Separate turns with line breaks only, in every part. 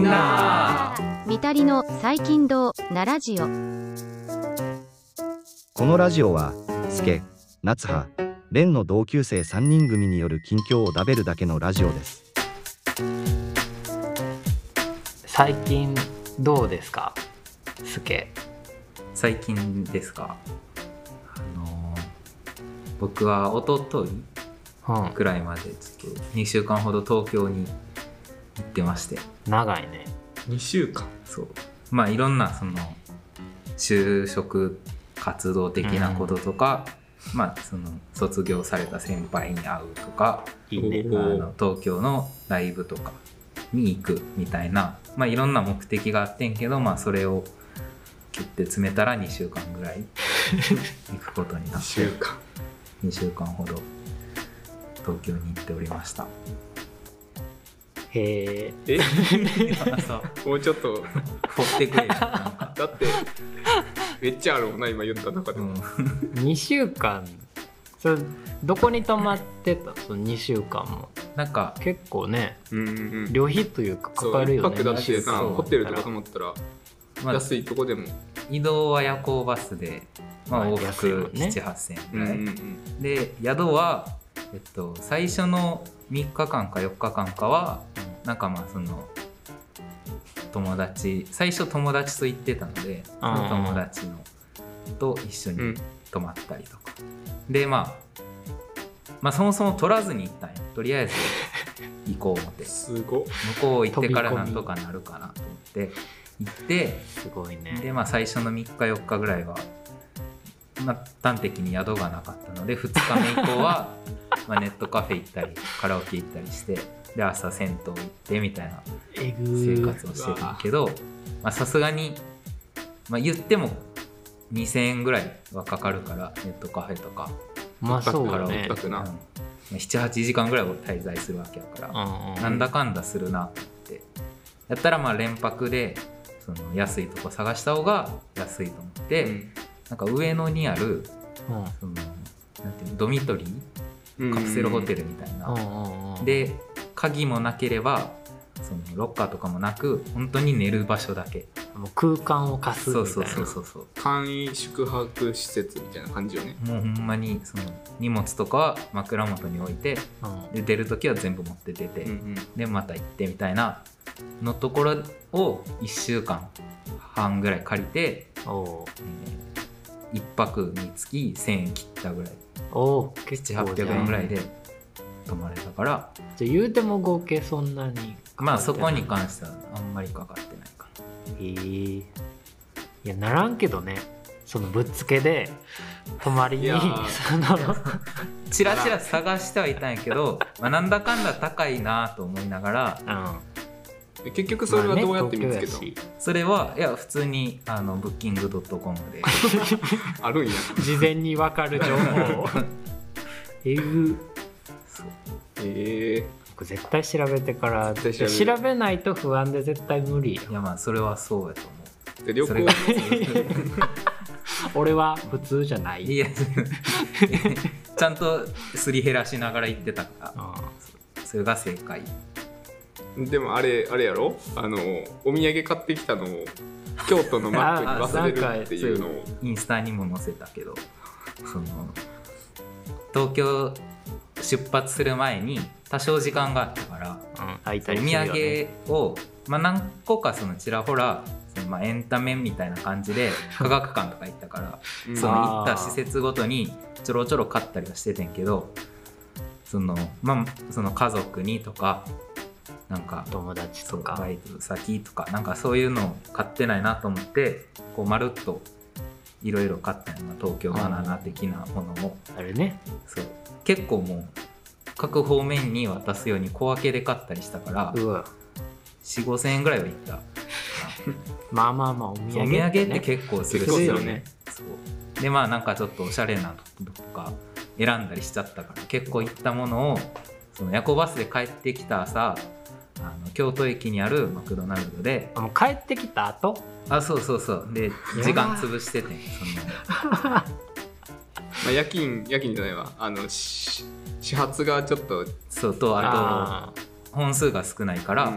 な
みたりの最近どうなラジオ
このラジオは、スケ、夏葉、蓮の同級生3人組による近況を食べるだけのラジオです。
最近どうですかすけ
最近ですかあの僕は一昨日
うん
くらいまでちょっと2週間ほど東京に行ってまして
長いね
2週間そうまあいろんなその就職活動的なこととか、まあその卒業された先輩に会うとか
いいね
あの東京のライブとかに行くみたいな、まあ、いろんな目的があってんけど、まあ、それを切って詰めたら2週間ぐらい行くことになって2週間ほど東京に行っておりました。
へえ
え
そう
もうちょっと
掘ってくれよなんか、
だってめっちゃあるもんな今言った中 で
う
も、
ん
2週間それどこに泊まってたその2週間も
なんか
結構ね
うんうんうん
旅費というかかかるよね
そう一泊だっ
二
て
週
な
間
ホテルとか泊まったら
まあ、
安いとこでも、
移動は夜行バスで、ま
ま
あ、
あ
往
安いも
復
んね
78000円
う
ぐ
んう
らい、
んうん
で宿は、えっと、最初の3日間か4日間かはなんかまあその友達最初友達と行ってたのでその友達のと一緒
う
に
ん
泊まったりとか、で、まあ、まあそもそも取らずに行ったんよとりあえず 行こう思って
すごっ
向こう行ってから
飛び込
な
み
んとかなるかなと思って行って
すごい
で
ね
まあ最初の3日4日ぐらいは、まあ、端的に宿がなかったので2日目以降 はまあネットカフェ行ったりカラオケ行ったりしてで朝銭湯行ってみたいな
えぐ
生
ー
活をしてたけどまあさすがに、まあ、言っても2,000円ぐらいはかかるからネットカフェとか、
まあそう
だ
だね
だって
うん
な、
まあ78時間ぐらいを滞在するわけやから。
うんうん
なんだかんだするなってやったらまあ連泊でその安いとこ探した方が安いと思って、なんか上野にある
うん
そのなんていうのドミトリーカプセルホテ
ル
ルみたいな、
うんうんうん
で鍵もなければそのロッカーとかもなく本当に寝る場所だけ
もう空間を貸すみた
そ
いうな
そうそうそうそう
簡易宿泊施設みたいな感じよね
もうほんまにその荷物とかは枕元に置いて
うん
で出る時は全部持って出て、
うん
でまた行ってみたいなのところを1週間半ぐらい借りて、
おう
えー、1泊につき1000円切ったぐらい
おう結構じゃ
7800
ん
円ぐらいで泊まれたから
じゃあ言うても合計そんなに
まあそこに関してはあんまりかかってないかな
えーいやならんけどねそのぶっつけで泊まり
い
に
やー
その
チラチラ探してはいたんやけどまあなんだかんだ高いなと思いながら
うん
で結局それはどうやって見つけた
まあ
の
ね東京や
それはいや普通にあのブッキングドットコムで
あるんや
し事前に分かる情報 をえぐ
そう
ええ
僕絶対調べてから
絶対調べる
調べないと不安で絶対無理や
いやまあそれはそうやと思う
で旅
そ
行
れが
俺は普通じゃない
いやちゃんとすり減らしながら行ってたから
うん
それが正解
でもあれあれやろあのお土産買ってきたのを京都のマックに忘れるっていうのを
インスタにも載せたけどその東京出発する前に多少時間があったから
うん開いた
お
りする
土
よ、ね、
産を、まあ、何個かそのちらほらそのまあエンタメみたいな感じで科学館とか行ったから
うん
その
あー
行った施設ごとにちょろちょろ買ったりはしててんけどそのまあその家族にとかなんか
友達
そ
と
う
か
バイト先とかなんかそういうの買ってないなと思ってこうまるっといろいろ買ったような東京バナナ的なものを
あれね
そう結構もう各方面に渡すように小分けで買ったりしたから
うわ
4 5千円ぐらいはい った
まあまあまあお土
そ
産
うお
っ
土産ってて
ね
結構する
そう
し
だよね
そうでまあなんかちょっとおしゃれなのとか選んだりしちゃったから結構行ったものをその夜行バスで帰ってきた朝あの京都駅にあるマクドナルドで
あもう帰ってきた後
あそうそうそうで
や
時間潰しててそ
まあ、夜勤夜勤じゃないわあのし始発がちょっと
のそうとあ
ー
と本数が少ないから、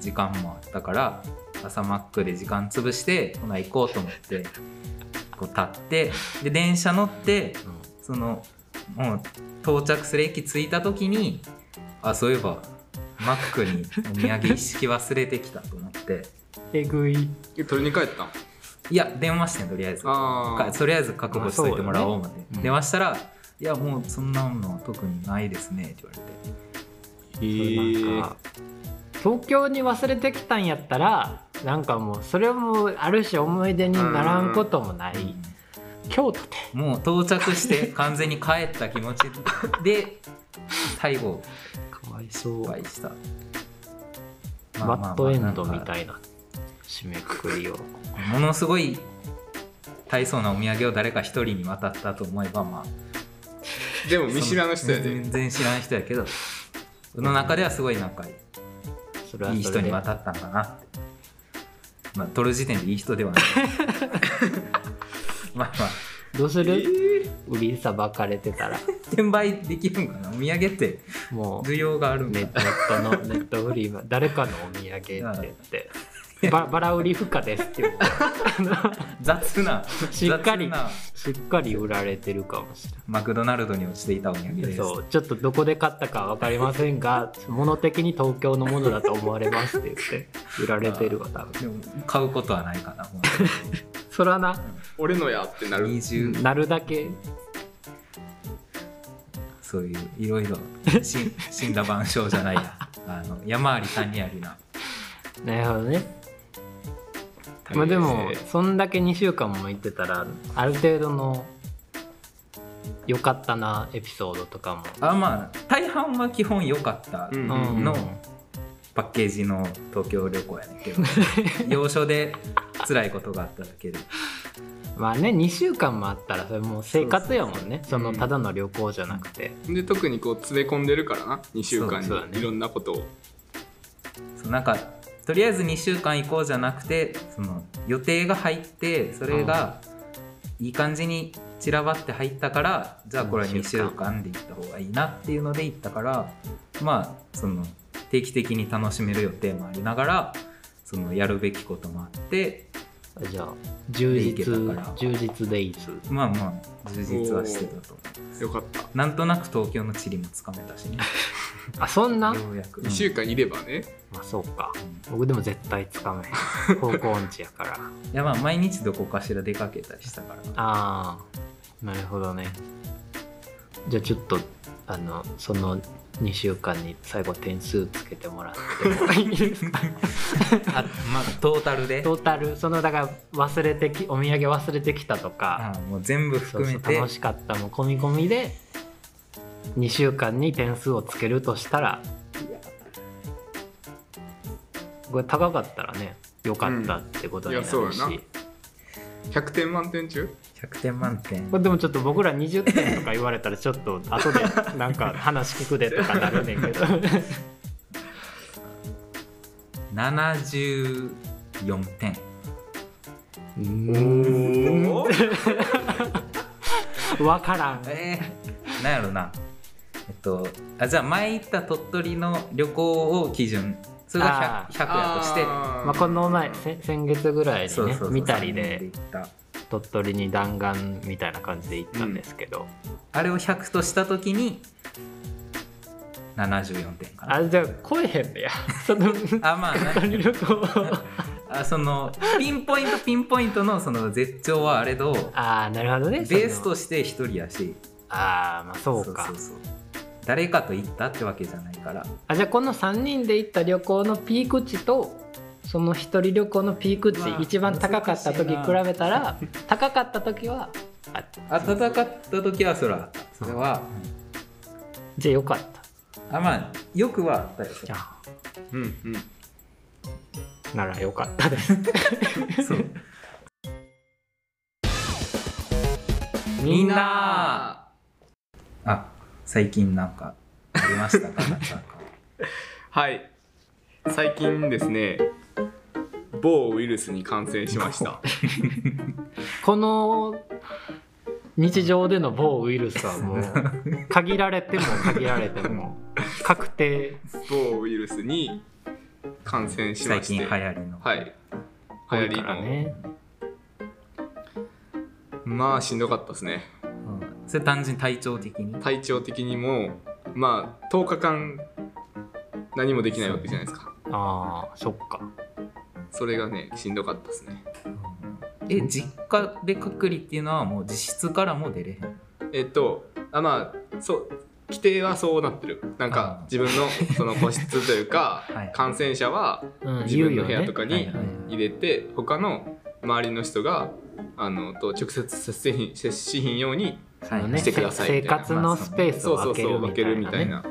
時間もあったから朝マックで時間潰してほな行こうと思ってこう立ってで電車乗ってそのもう到着する駅着いた時にあそういえばマックにお土産一式忘れてきたと思って
えぐい
え取りに帰ったん
いや電話してんとりあえず
あ
か
ー
とりあえず確保しといてもらおうまで、
うん
電話したら「いやもうそんなものは特にないですね」って言われて
へ
なんか東京に忘れてきたんやったらなんかもうそれもあるし思い出にならんこともない、京都で
もう到着して完全に帰った気持ちで最後
かわいそう
お会いした、
バッドエンドみ
い
たいな締めくくりを
ものすごい大層なお土産を誰か一人に渡ったと思えばまあ
でも見知らぬ人や
その
で
全然知らん人やけどその中ではすごい仲いい
それはい
い
そ
人
れ
に
で
渡ったんだなって。まあ、取る時点でいい人で はない。まあまあ、
どうする、売りさばかれてたら
転売できるんかなお土産って
も
需要がある
うん
か
ネ
な
ットのネットフリーは誰かのお土産って 言ってババラ売り不可ですっていう
雑な、
しっかり
雑な
しっかり売られてるかもしれない
マクドナルドに落ちていたお土産です。
そうちょっとどこで買ったか分かりませんが物的に東京のものだと思われますって言って売られてるわ多分
でも買うことはないかな。も
そらな
俺のやってな
う
る
20、
なるだけ
そういういろいろし死んだ万象じゃな いや。あの山あり谷ありな。
なるほどねまあでも
えー
そんだけ2週間も行ってたらある程度の良かったなエピソードとかも
あまあ、大半は基本良かった。
うん
うん
のパッケージの東京旅行やねんけど要所で辛いことがあっただけで
まあね2週間もあったらそれもう生活やもんねそ
そうそうそう
のただの旅行じゃなくて、
で特にこう詰め込んでるからな2週間
そうだね
にいろんなことを
そうなんかとりあえず2週間行こうじゃなくてその予定が入ってそれがいい感じに散らばって入ったからじゃあこれは2週間で行った方がいいなっていうので行ったからまあその定期的に楽しめる予定もありながらそのやるべきこともあって
じゃあ充実
で行けたから
充実デイズ
まあまあ充実はしてたと思う
よかった
なんとなく東京の地理もつかめたしね
あそんな、
ようやく、うん
2週間いればね
まあそうか僕でも絶対つかめ へん方向音痴やから
いやまあ毎日どこかしら出かけたりしたから
ああなるほどねじゃあちょっとあのその2週間に最後点数つけてもらっても いいですか
あまあトータルで
トータルそのだから忘れてきお土産忘れてきたとか、
あもう全部含め
そうそう
て
楽しかったも込み込みで2週間に点数をつけるとしたらこれ高かったらね良かったってことになるし、
うんいやそうやな100点満点中
100点満点
これでもちょっと僕ら20点とか言われたらちょっと後でなんか話聞くでとかなるねんけど
74点
おー
分からん
えー、なんやろなえっとあじゃあ前行った鳥取の旅行を基準それが 100, 100やとして
あー
まあ、この前せ先月ぐらいに
そう
ね
そうそう
見たり
三人
で
行った
鳥取に弾丸みたいな感じで行ったんですけど、
あれを100とした時に74点かな
あじゃあ来えへんねや その
あまあな
鳥取旅行
あそのピンポイントピンポイントのその絶頂はあれど
ああなるほどね
ベースと
その
して一人やし
ああまあそうか
そうそう誰かと行ったってわけじゃないから
あじゃあこの3人で行った旅行のピーク値とその一人旅行のピーク
うわ
値一番高かった時比
難しいな
べたら高かった時はあ
暖かった時はそらそれは
じゃあよかった
あまあよくはあったよ
じゃあ
うんうん
ならよかったです
そう
みんな
なあ最近なんかありましたかなんか
はい最近ですね某ウイルスに感染しました
この 日常での某ウイルスはもう限られても限られても確定
某ウイルスに感染し
最
まし
近流
て
行りの、
はい
多
流行
い
り
か
の、
らね
まあしんどかったですね
うんそれ単純に体調的に
体調的にもまあ10日間何もできないわけじゃないですか
ああそっか
それがねしんどかったですね
え実家で隔離っていうのはもう自室からも出れへん
えっとあまあそう規定はそうなってるなん
あ
か
ー
自分のその個室というか、
はい
感染者は
うん
自分の部屋とか
はい
に
はい
入れて、他の周りの人があのと直接接しひん接しひんように
はい
あの
はい
ね
してください
生活のスペース
そうそ
を
うそう
開
分
け
け
るみ
るみ
た
た
い
い
なね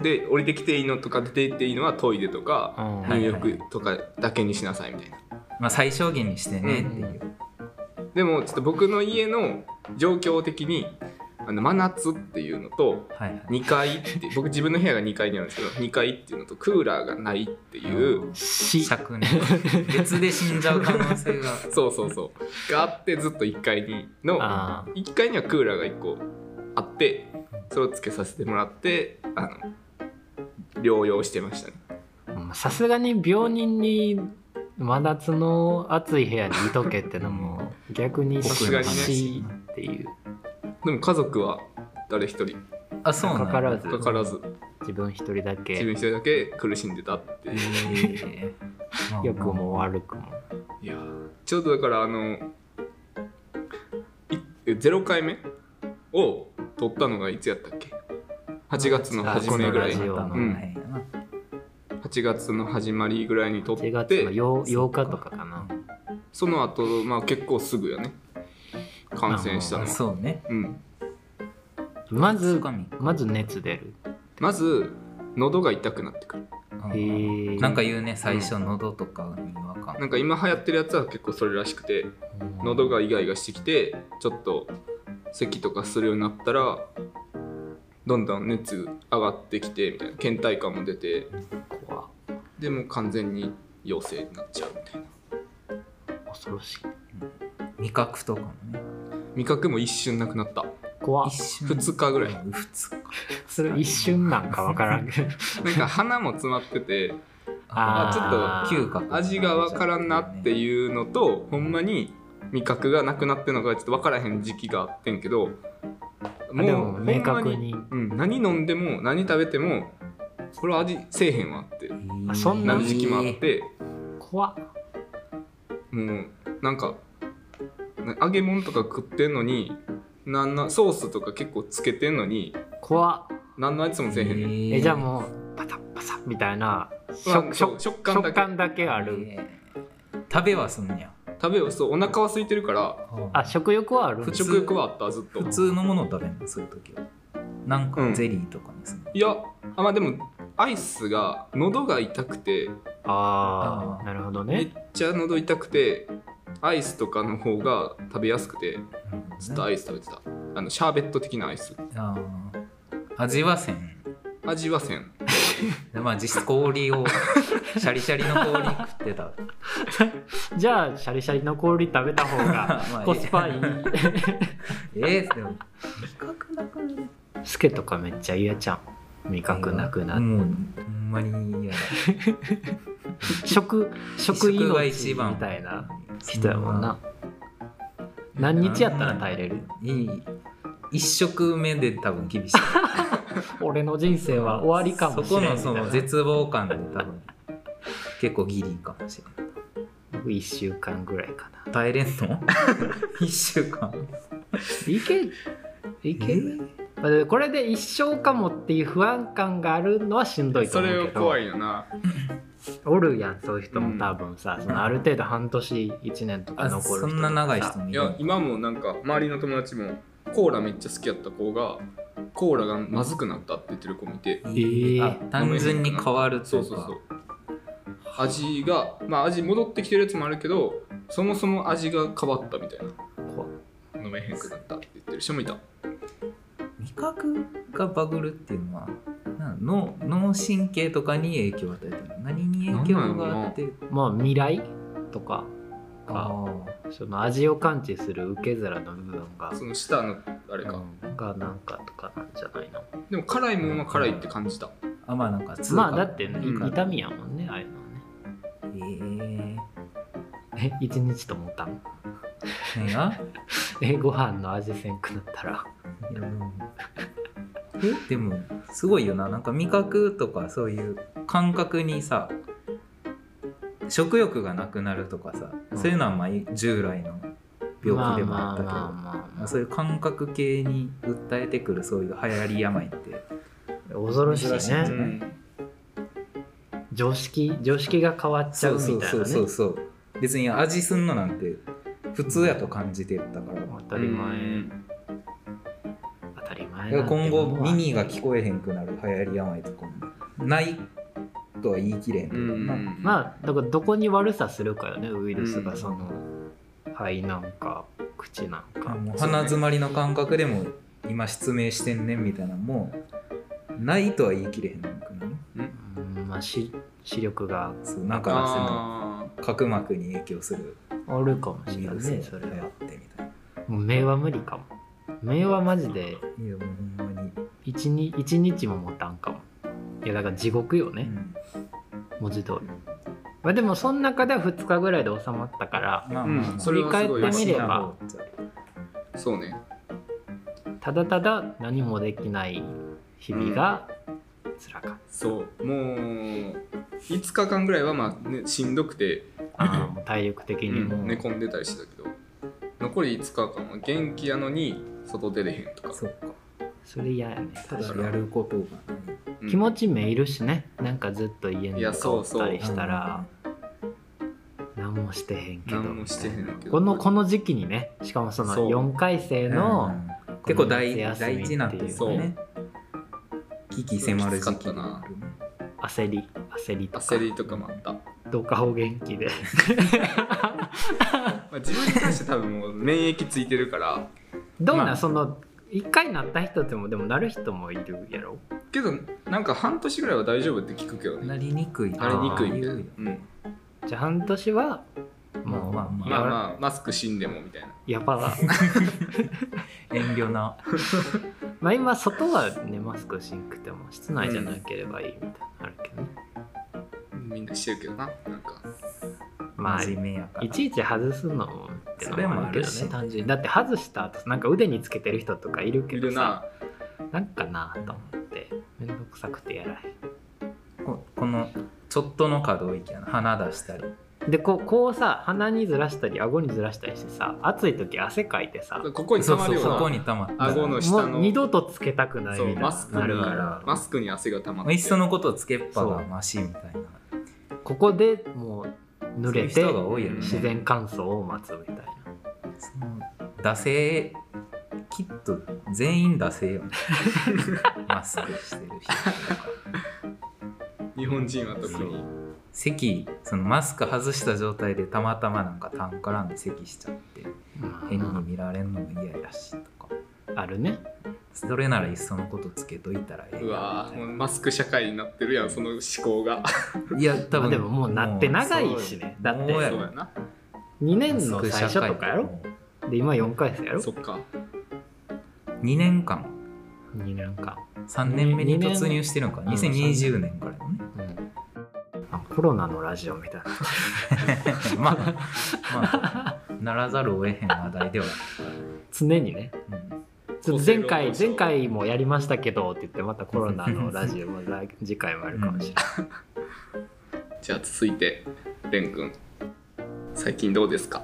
な。で降りてきていいのとか出て行っていいのはトイレと
う
か、
ん
はい
入浴とかだけにしなさいみたいな。
まあ、最小限にしてねっていう、
でもちょっと僕の家の状況的にあの真夏っていうのと
はいはい
2階って僕自分の部屋が2階にあるんですけど2階っていうのとクーラーがないっていう
し
灼熱別で死んじゃう可能 性が
そうそうそうがあってずっと1階にの
あ
1階にはクーラーが1個あってそれをつけさせてもらってあの療養してましたね
ーさすがに病人に真夏の暑い部屋にいとけってのも逆に
さすがにね
しっていう
でも家族は誰一人
あそうなんだ
かから ず
かからず
自分一人だ
自分
け
一人だけ苦しんでたっていう
えー
良くも悪くも
いやーちょっとだからあのい0回目を取ったのがいつやったっけ8月の初めぐらい
あこのラジオ
頭の辺やな
8月の始まりぐらいに取
1
っ
月の
て
8, 8日とかかな
その後、まあ結構すぐよね感染したの
あ
は、
そうね
うん、
ま
そ
ず
うかみ
まず熱出る
まず喉が痛くなってくる
うん
へー
なんか言うね最初喉とかに違和感、
なんか今流行ってるやつは結構それらしくて喉がイガイガしてきてちょっと咳とかするようになったらどんどん熱上がってきてみたいな倦怠感も出て
怖
でもう完全に陽性になっちゃうみたいな
恐ろしい
味覚とかもね
味覚も一瞬なくなった
怖
一瞬
2日ぐらい
うん二日
それ一瞬なんかわからんけど
なんか鼻も詰まってて
あ
あ
ーちょっと嗅覚
味がわからんなって
う
いうのとほんまに味覚がなくなってんのかちょっとわからへん時期があってんけど
でも明
ほんま
確に
うん、何飲んでも何食べてもこれ味せえへんわって
あそん
なる時期もあって
怖っ
もうなんかな揚げ物とか食ってんのになんなソースとか結構つけてんのに
怖っ
何の味もせえへんねん
えじゃあもうパタッパサッみたいな
まあ
食
そう
食
食感だ
食
け
感だけある
えー食べはすんねや
食べようそうお腹は空いてるから
あ食欲はある
普通
食欲はあったずっと
普通のものを食べるのそういう時はなんかゼリーとかにするの、
いやあまあでもアイスが喉が痛くて
あ
あー
あなるほど
めっ
ね
ちゃ喉痛くてアイスとかの方が食べやすくて
うん
ずっとアイス食べてたあのシャーベット的なアイス
あー味はせん
味はせん
でまあ実質氷 をシャリシャリの氷食ってた
じゃあシャリシャリの氷食べた方が
まあ
コスパいい
えー、でも味覚なくなる
スケとかめっちゃ嫌じゃん味覚なくなる
もうほんまに嫌だ
食食
食が
命
一
み
番
たいな人やもんな何日やったら耐えれる
いい一食目で多分厳しい
俺の人生は終わりかもしれない
そこのその絶望感で多分結構ギリかもしれない
1週間ぐらいかな
耐えれんの 一週間
いけいける、まあでもこれで一生かもっていう不安感があるのはしんどいと
そ
思
れ
う
を
け
怖
ど
いよな
おるやんそういう人も多分さ、そのある程度半年1年とか
あ
残る人
そんな長い人も
い
い
や
る
今もなんか周りの友達もコーラめっちゃ好きやった子がコーラがまずくなったって言ってる子もいて
え
ー
あ単純に変わると
そ
いうう
そうそ
か
う味がまあ味戻ってきてるやつもあるけどそもそも味が変わったみたい
怖っ
な飲めへんくなったって言ってる人もいた
味覚がバグるっていうのはな脳脳神経とかに影響を与えてるの何に影響があって
まあ未来とか
あ
かその味を感知する受け皿の部分が
その下のあれか
うんがなんかとかなんじゃないの
でも辛いもんは辛いって感じた
あまあなんか痛
まあだって、ね
うん
痛みやもんねああいうのは
えー、
ねえ一日と思ったの
何が
えご飯の味せんくなったら
いやでもえでもすごいよななんか味覚とかそういう感覚にさ食欲がなくなるとかさ、
うん
そういうのはまあい従来の病気でもあっ
まあまあ
たけど、
まあまあ
そういう感覚系に訴えてくるそういう流行り病って
恐ろしい
珍しいね
ね、常識常識が変わっちゃ
そううそ
み
う
たい
そ
な
うそう
ね
そう別に味すんのなんて普通やと感じてたから、
当たり前当たり前
だから今後耳が聞
こ
こえへんくなる流行り病とかもないとは言い切れへんけ
う
ど
ん
な、
まあだからどこに悪さするかよねウイルスがその、肺なんか口なん
あ
か、
もう鼻詰まりの感覚でも今失明してんねんみたいなのもないとは言い切れへんのかな
うんまあし視力が
そうなんか
あ
その角膜に影響する
あるかも
ウ
し
イ
れない
ルスが
ね
流
それ
行
は
ってみたいな
もう目は無理かも目はマジで
いやもうほんまに、
一日一日も持たんかもいやだから地獄よ
う
ね、
ん
文字通りまあでもその中では2日ぐらいで収まったから
まあ
うん
まあ、まあ
それはすごい
振り返ってみれば
マシな方
あそうね
ただただ何もできない日々が辛かっ
そうもう5日間ぐらいはまあ、ね、しんどくて、
た、あーもう体力的にも、
うん寝込んでたりしてたけど残り5日間は元気やのに外出れへんとか
そっか
それ嫌やね
ただ
確か
や
に
ることが
うん
気持ちめいるしねなんかずっと家
い
にお
やそう
っ
そう
たりしたら何もしてへんけど
何もしてへんけど
このこの時期にねしかもその
そう
4回生の、
うん結構大
この夏休み
大事なんですよね危機迫る時期でもあるね
焦り焦りとか
焦りとかもあった、ま
どうかお元気 で
あ、自分に関して多分もう免疫ついてるから
どうなん、
まあ
その1回なった人でもでもなる人もいるやろ
けどなんか半年ぐらいは大丈夫って聞くけど
な
ね
りにくい
なりにくいみたい
言
な、
う
う
よ
ん、
じゃあ半年はもう
まあまあ
まあまあマスク死んでもみたいな
やばだ
遠慮な
まあ今外はねマスクしんくても室内じゃなければいいみたいなのあるけどね、
みんなしてるけどななんか
まあ
真面目やから
いちいち外すのもってのもあるけど
それもあるし
ね単純にだって外した後なんか腕につけてる人とかいる
い
けど
る
さな
な
んかなと思ってめんどくさくてやらへん
ここのちょっとの可動域やな鼻出したり
でこうこうさ鼻にずらしたり顎にずらしたりしてさ暑い時汗かいてさ
ここに
そ
溜
う
ま
そ
る
う
よな
そこに溜まった
顎の下の
もう二度とつけたくない
そう
みたい
マ
に
スク
な
に
るから
マスクに汗が溜まっ
まあ
て
いっそのことつけっぱがマシみたいな
ここでもう濡れ
そう
て
いう人が多いよね
自然乾燥を待つみたいな
その惰性きっと全員惰性よ ねマスクしてる人とか
日本人は特に
咳そのマスク外した状態でたまたまなんか痰絡んで咳しちゃって変に見られるのも嫌やしとか
あるね
それならいっそのことつけといたらええやん
うわ
み
ーもうマスク社会になってるやんその思考が
たいないや多
まあ
分
でももうなって長いしねだって
もう
そ
や
う
ろ
やな
2年の最初とかやろで今4回生やろ
そっか
2年間
2年間、
3年目に突入してるのか
ん
2020年からのね
うんあコロナのラジオみたいな
まあまあならざるを得へん話題では
常にね
ある、
ちょっと
厚生
前
労
回
働省
前回もやりましたけどって言ってまたコロナ のラジオも来次回もあるかもしれない、
じゃあ続いてレン君最近どうですか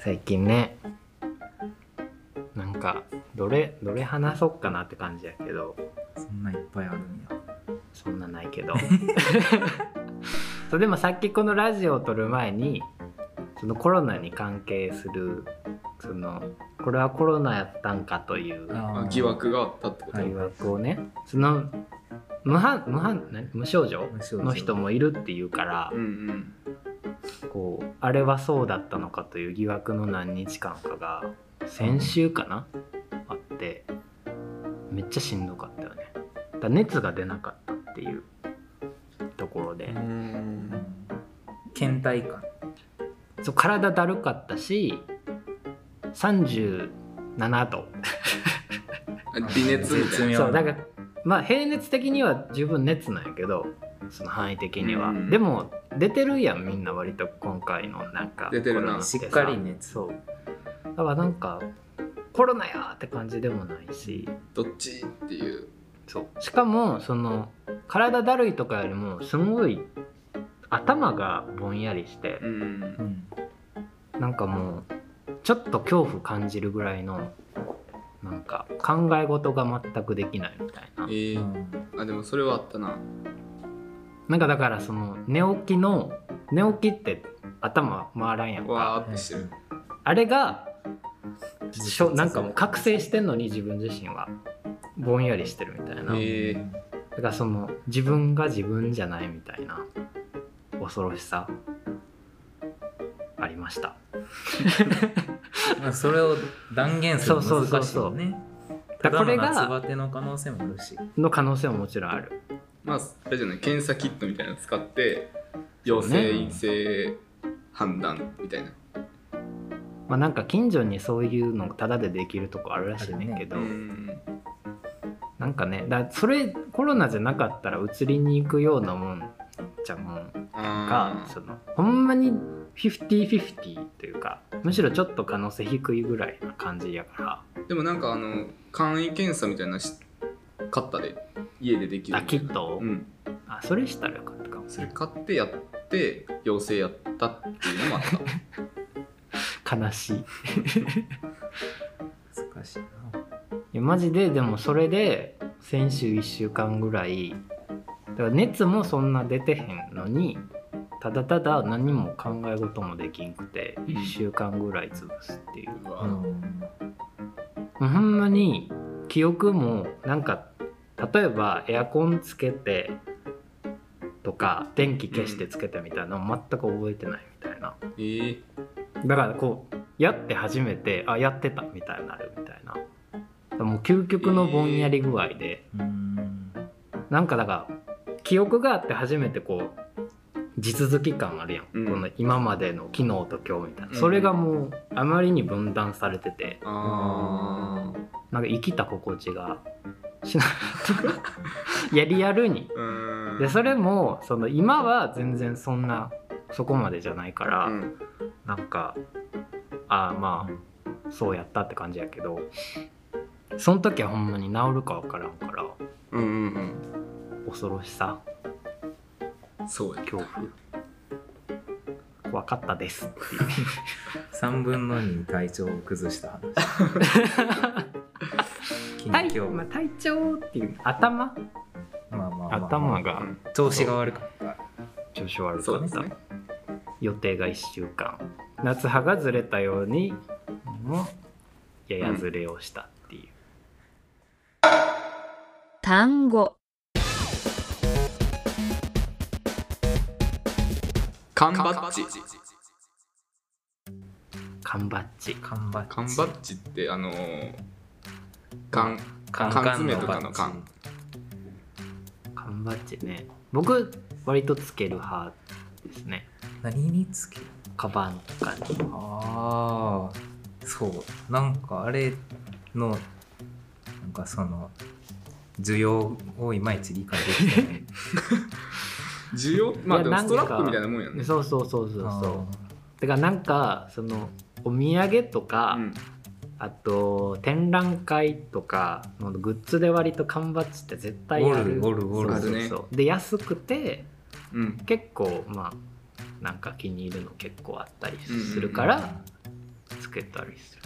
最近ねなんかどれどれ話そうかなって感じやけど
うん、そんないっぱいあるんや
そんなないけど そうでもさっきこのラジオを撮る前にそのコロナに関係するそのこれはコロナやったんかという
あー
疑惑があったってこと、
はい
疑惑をねその無反無反何無症状
無症状
の人もいるっていうから
うんうん
こうあれはそうだったのかという疑惑の何日間かが先週かなあってめっちゃしんどかったよねだから熱が出なかったっていうところで、
うん倦怠感
そう体だるかったし37度
あ微熱みたい
絶妙
な
そうだからまあ平熱的には十分熱なんやけどその範囲的には、
うん
でも出てるやんみんな割と今回のなんか
出てるな
コロナてさ
しっかり熱
そうだからなんかコロナやーって感じでもないし
どっちっていう
そうしかもその体だるいとかよりもすごい頭がぼんやりして
う、ん
うん
なんかもうちょっと恐怖感じるぐらいのなんか考え事が全くできないみたいな
えーあでもそれはあったな
なんかだからその寝起きの寝起きって頭回らんやんか
わーってしてる
あれがしょ
ずっと続く
なんかもう覚醒してんのに自分自身はぼんやりしてるみたいな、
えー
だからその自分が自分じゃないみたいな恐ろしさありました
まあ、それを断言するの
そうそうそう
難しい
そう
よね
だか
た
ら
だ
こ
の
れが
夏バテの可能性もあるし
の可能性ももちろんある
まああれじゃない検査キットみたいなの使って陽性
そうね
陰性判断みたいな
まあなんか近所にそういうのただでできるとこあるらしいねんけど、
うん
なんかねだそれコロナじゃなかったら移りに行くようなもんじゃもんが
あー
そのほんまに50-50というかむしろちょっと可能性低いぐらいな感じやか
でもなんかあの簡易検査みたいなのし買ったで家でできる
らあキットを、
うん
あそれしたらよかったかも
それ買ってやって陽性やったっていうのもあった
悲しいい
難しいな
やマジででもそれで先週1週間ぐらいだから熱もそんな出てへんのにただただ何も考え事もできんくて
うん
1週間ぐらい潰すっていう
うわ
うん
もうほんまに記憶もなんか例えばエアコンつけてとか電気消してつけてみたいなの全く覚えてないみたいな
えー
だからこうやって初めてあやってたみたいになるみたいなだからもう究極のぼんやり具合で、
うん
なんかだから記憶があって初めてこう地続き感あるやん、
うん
この今までの昨日と今日みたいな、
うん
それがもうあまりに分断されてて、
あ
なんか生きた心地がしなかった いやリアルに
ーうん
でそれもその今は全然そんなそこまでじゃないから、
うん
なんかああまあそうやったって感じやけどその時はほんまに治るかわからんから
うんうん
恐ろしさ
うんそうや
恐怖怖かったですっていう
3分の2体調を崩した話近
体,、
況、
まあ、体調っていう頭
まあまあまあ、
頭が
うん
調子が悪かった
調子悪
そ
か
う
っ
です
た
ね
予定が1週間夏葉がずれたようにもややずれをしたっていう、
単語
缶バッジ
缶バッジ
缶バッジ
缶バッジってあのー缶
缶
缶詰とかの缶
缶バッジね僕割とつける派ですね
何につける
カバンとかに
ああそうなんかあれのなんかその需要をいまいち理解できてない
需要まあでも
なん
ス
か
トラップみたいなもんやね
そうそうそうそうそ
あ
うてかなんかそのお土産とか、
うん
あと展覧会とかのグッズで割と缶バッジって絶対ある
おるおる
おる
そうそうそうで安くて
うん
結構まあなんか気に入るの結構あったりする
ー
から、つけたりする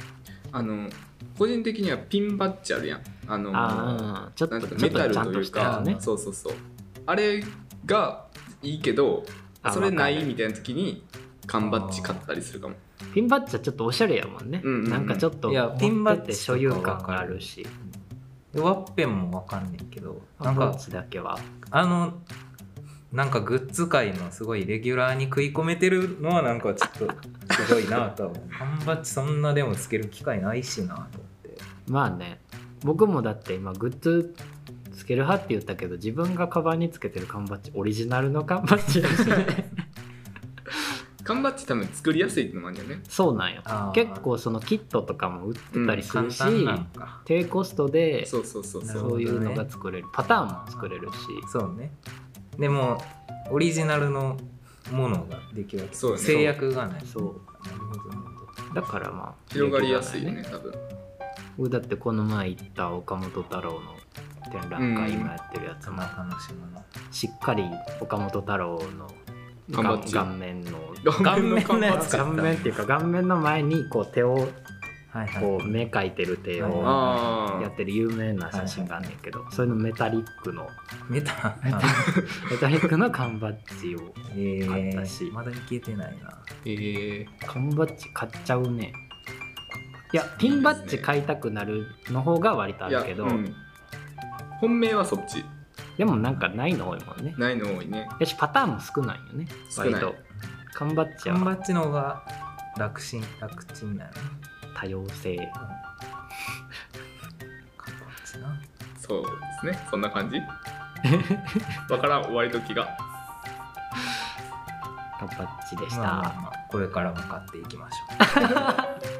あの個人的にはピンバッジあるやんあのー
ああちょっ
な
と
んか
ちょ
メ
っ
タ
と
ル
ちゃん
とい
と
う
したや
か
つね
そうそうそうあれがいいけど
あ
それ
わ
な
か
い
る
みたいな時に缶バッジ買ったりするかも
ピンバッジはちょっとおしゃれやもんね、
うんうんうん
なんかちょっと
い
持
や
ってて
ピンバッジとか
所有感があるし
でワッペンもわかんねんけど
な
なんん
か
か
バッジだけは
あのなんかグッズ界のすごいレギュラーに食い込めてるのはなんかちょっとすごいなとは思う缶バッジそんなでもつける機会ないしなと思って
まあね僕もだって今グッズつける派って言ったけど 自分がカバンにつけてる缶バッジオリジナルの缶バッジだしね
缶バッジ多分作りやすいってのもあるんだよね
そうなんよ
あー
結構そのキットとかも売ってたりす
簡
るし、
単なのか
低コストで
そうそうそう
なる
そ
ほ
う
ど
そういうのが作れる、パターンも作れるし
そうねでもオリジナルのものができるわけ
そうね
制約がない
そう
なるほどなるほど
だからまあ
広がりやすいよ
で
ね多
き
分
るよねだってこの前行った岡本太郎の展覧会
うん
今やってるやつ
そん
も、
な楽しみな
しっかり岡本太郎の
缶バ
顔
ッジ
顔面の
顔面の
顔面のやつ
顔面っていうか顔面の前にこう手を
は いはい
こう目描いてる手
はい
を
あ
やってる有名な写真があんねんけど、それのメタリックの
メタ
メタメタリックの缶バッジを
えー
買ったし
まだいけてないな
ーえ
缶バッジ買っちゃうねいやピンバッジ買いたくなるの方が割とあ
ー、
るけど、
うん本命はそっち
でもなんかないの多いもんね
ないの多いね
やしパターンも少ないよね
少ない
割と缶バッジ
缶
は
バッジの方が楽ちん楽ちんなの
多様性
缶バッジな
そうですねそんな感じわからん終わり時が
缶バッジでした、
まあまあまあこれからも買っていきましょう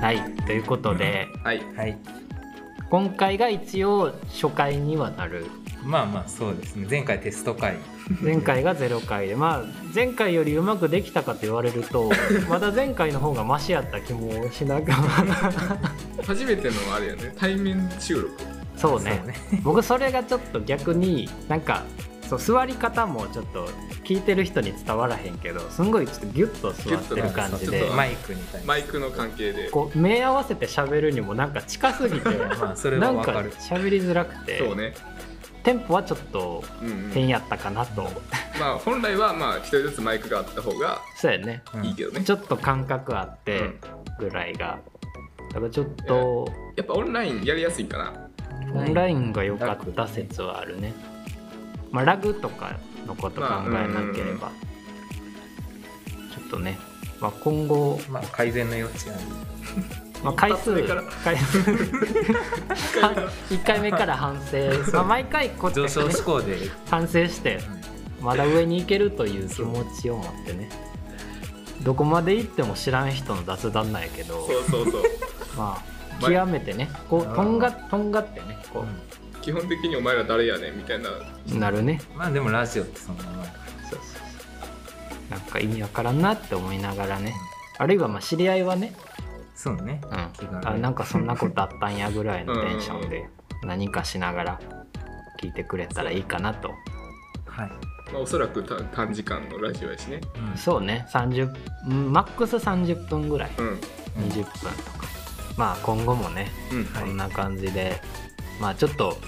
はいということで
はい
はい
今回が一応初回にはなる
まあまあそうですね前回テスト会
前回が0回でまあ前回よりうまくできたかと言われる とまだ前回の方がマシやった気もしながら
初めてのあれやね対面収録
そうね僕それがちょっと逆になんかそう座り方もちょっと聞いてる人に伝わらへんけどすんごいちょっとギュッと座ってる感じ
ギュッとなんかち
で
ょっと
マイクに対して
マイクの関係で
こう目合わせて喋るにもなんか近す ぎて
まあそれ
な
は
ん
わ
か
かる
喋りづらくて、
そうね
テンポはちょっと
うんう
変
ん
やったかなと、
まあ本来はまあ一人ずつマイクがあった方が
そうやね
うん
いいけどね
ちょっと感覚あって
うん
ぐらいが、だからちょっと
やっぱオンラインやりやすいかな
オンラインが良かった説はあるね、まあ、ラグとかのこと考えなければ、ちょっとね、まあ、今後、
まあ改善の余地ある
まあ、回数
一発目から
回数 1回目から反省、まあ、毎回こうやっ
上
て
昇
ね
志向で
反省してまだ上に行けるという気持ちを持ってねどこまで行っても知らん人の雑談なんやけど
そうそうそう
まあ
まあ
極めてねこう
あー
とんがとんがってねこ
基本的にお前ら誰やねんみたいな
うなるね
まあでもラジオってそのままやか
そうそうそうなんか意味わからんなって思いながらねあるいはまあ知り合いはね、
らそうね
うん、あ
気軽に
なんかそんなことあったんやぐらいのテンションで何かしながら聞いてくれたらいいかなと
はい、
まあ、おそらくた短時間のラジオやしね
うん
そうね30うんマックス30分ぐらい
うん
うん
20分とかまあ今後もね
うん
はい
こんな感じでまあちょっと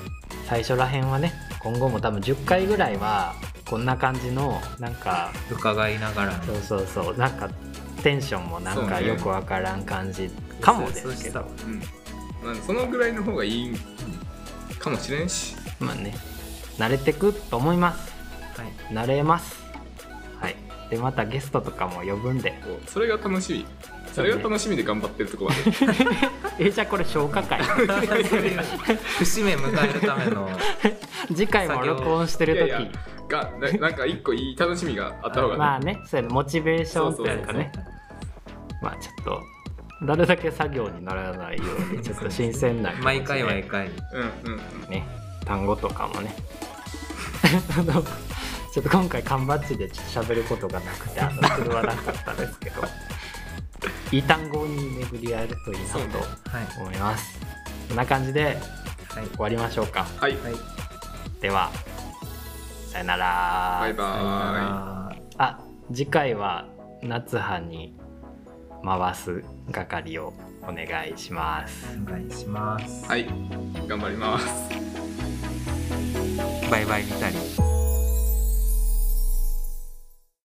最初らへんはね今後も多分10回ぐらいはこんな感じのなんか
伺いながら
そうそうそうなんかテンションもなん
そう
か
ね
よくわからん感じかもですけど、
うんまあ、そのぐらいの方がいいかもしれんし
まあね慣れてくと思います
はい
慣れますはいでまたゲストとかも呼ぶんで
それが楽しみそれが楽しみで頑張ってるとこまで
えじゃあこれ消化会
節目迎えるための
次回も録音してる時
いやいやがななんか一個いい楽しみがあった方が、
まあねそうやねモチベーションというかねまあちょっとなるだけ作業にならないようにちょっと新鮮な気持ちで
毎回毎回
うんうん
ね単語とかもね あのちょっと今回缶バッジでちょっと喋ることがなくてあの振るわなかったですけどいい単語に巡り合えるといいな
そうね
と
はい
思いますこんな感じで
はい
終わりましょうか
はい、
はい
ではさよなら
バイバーイ
あ
あ次回は夏葉に回す係をお願いします
ーお願いします
はい、頑張ります。
バイバイ見たり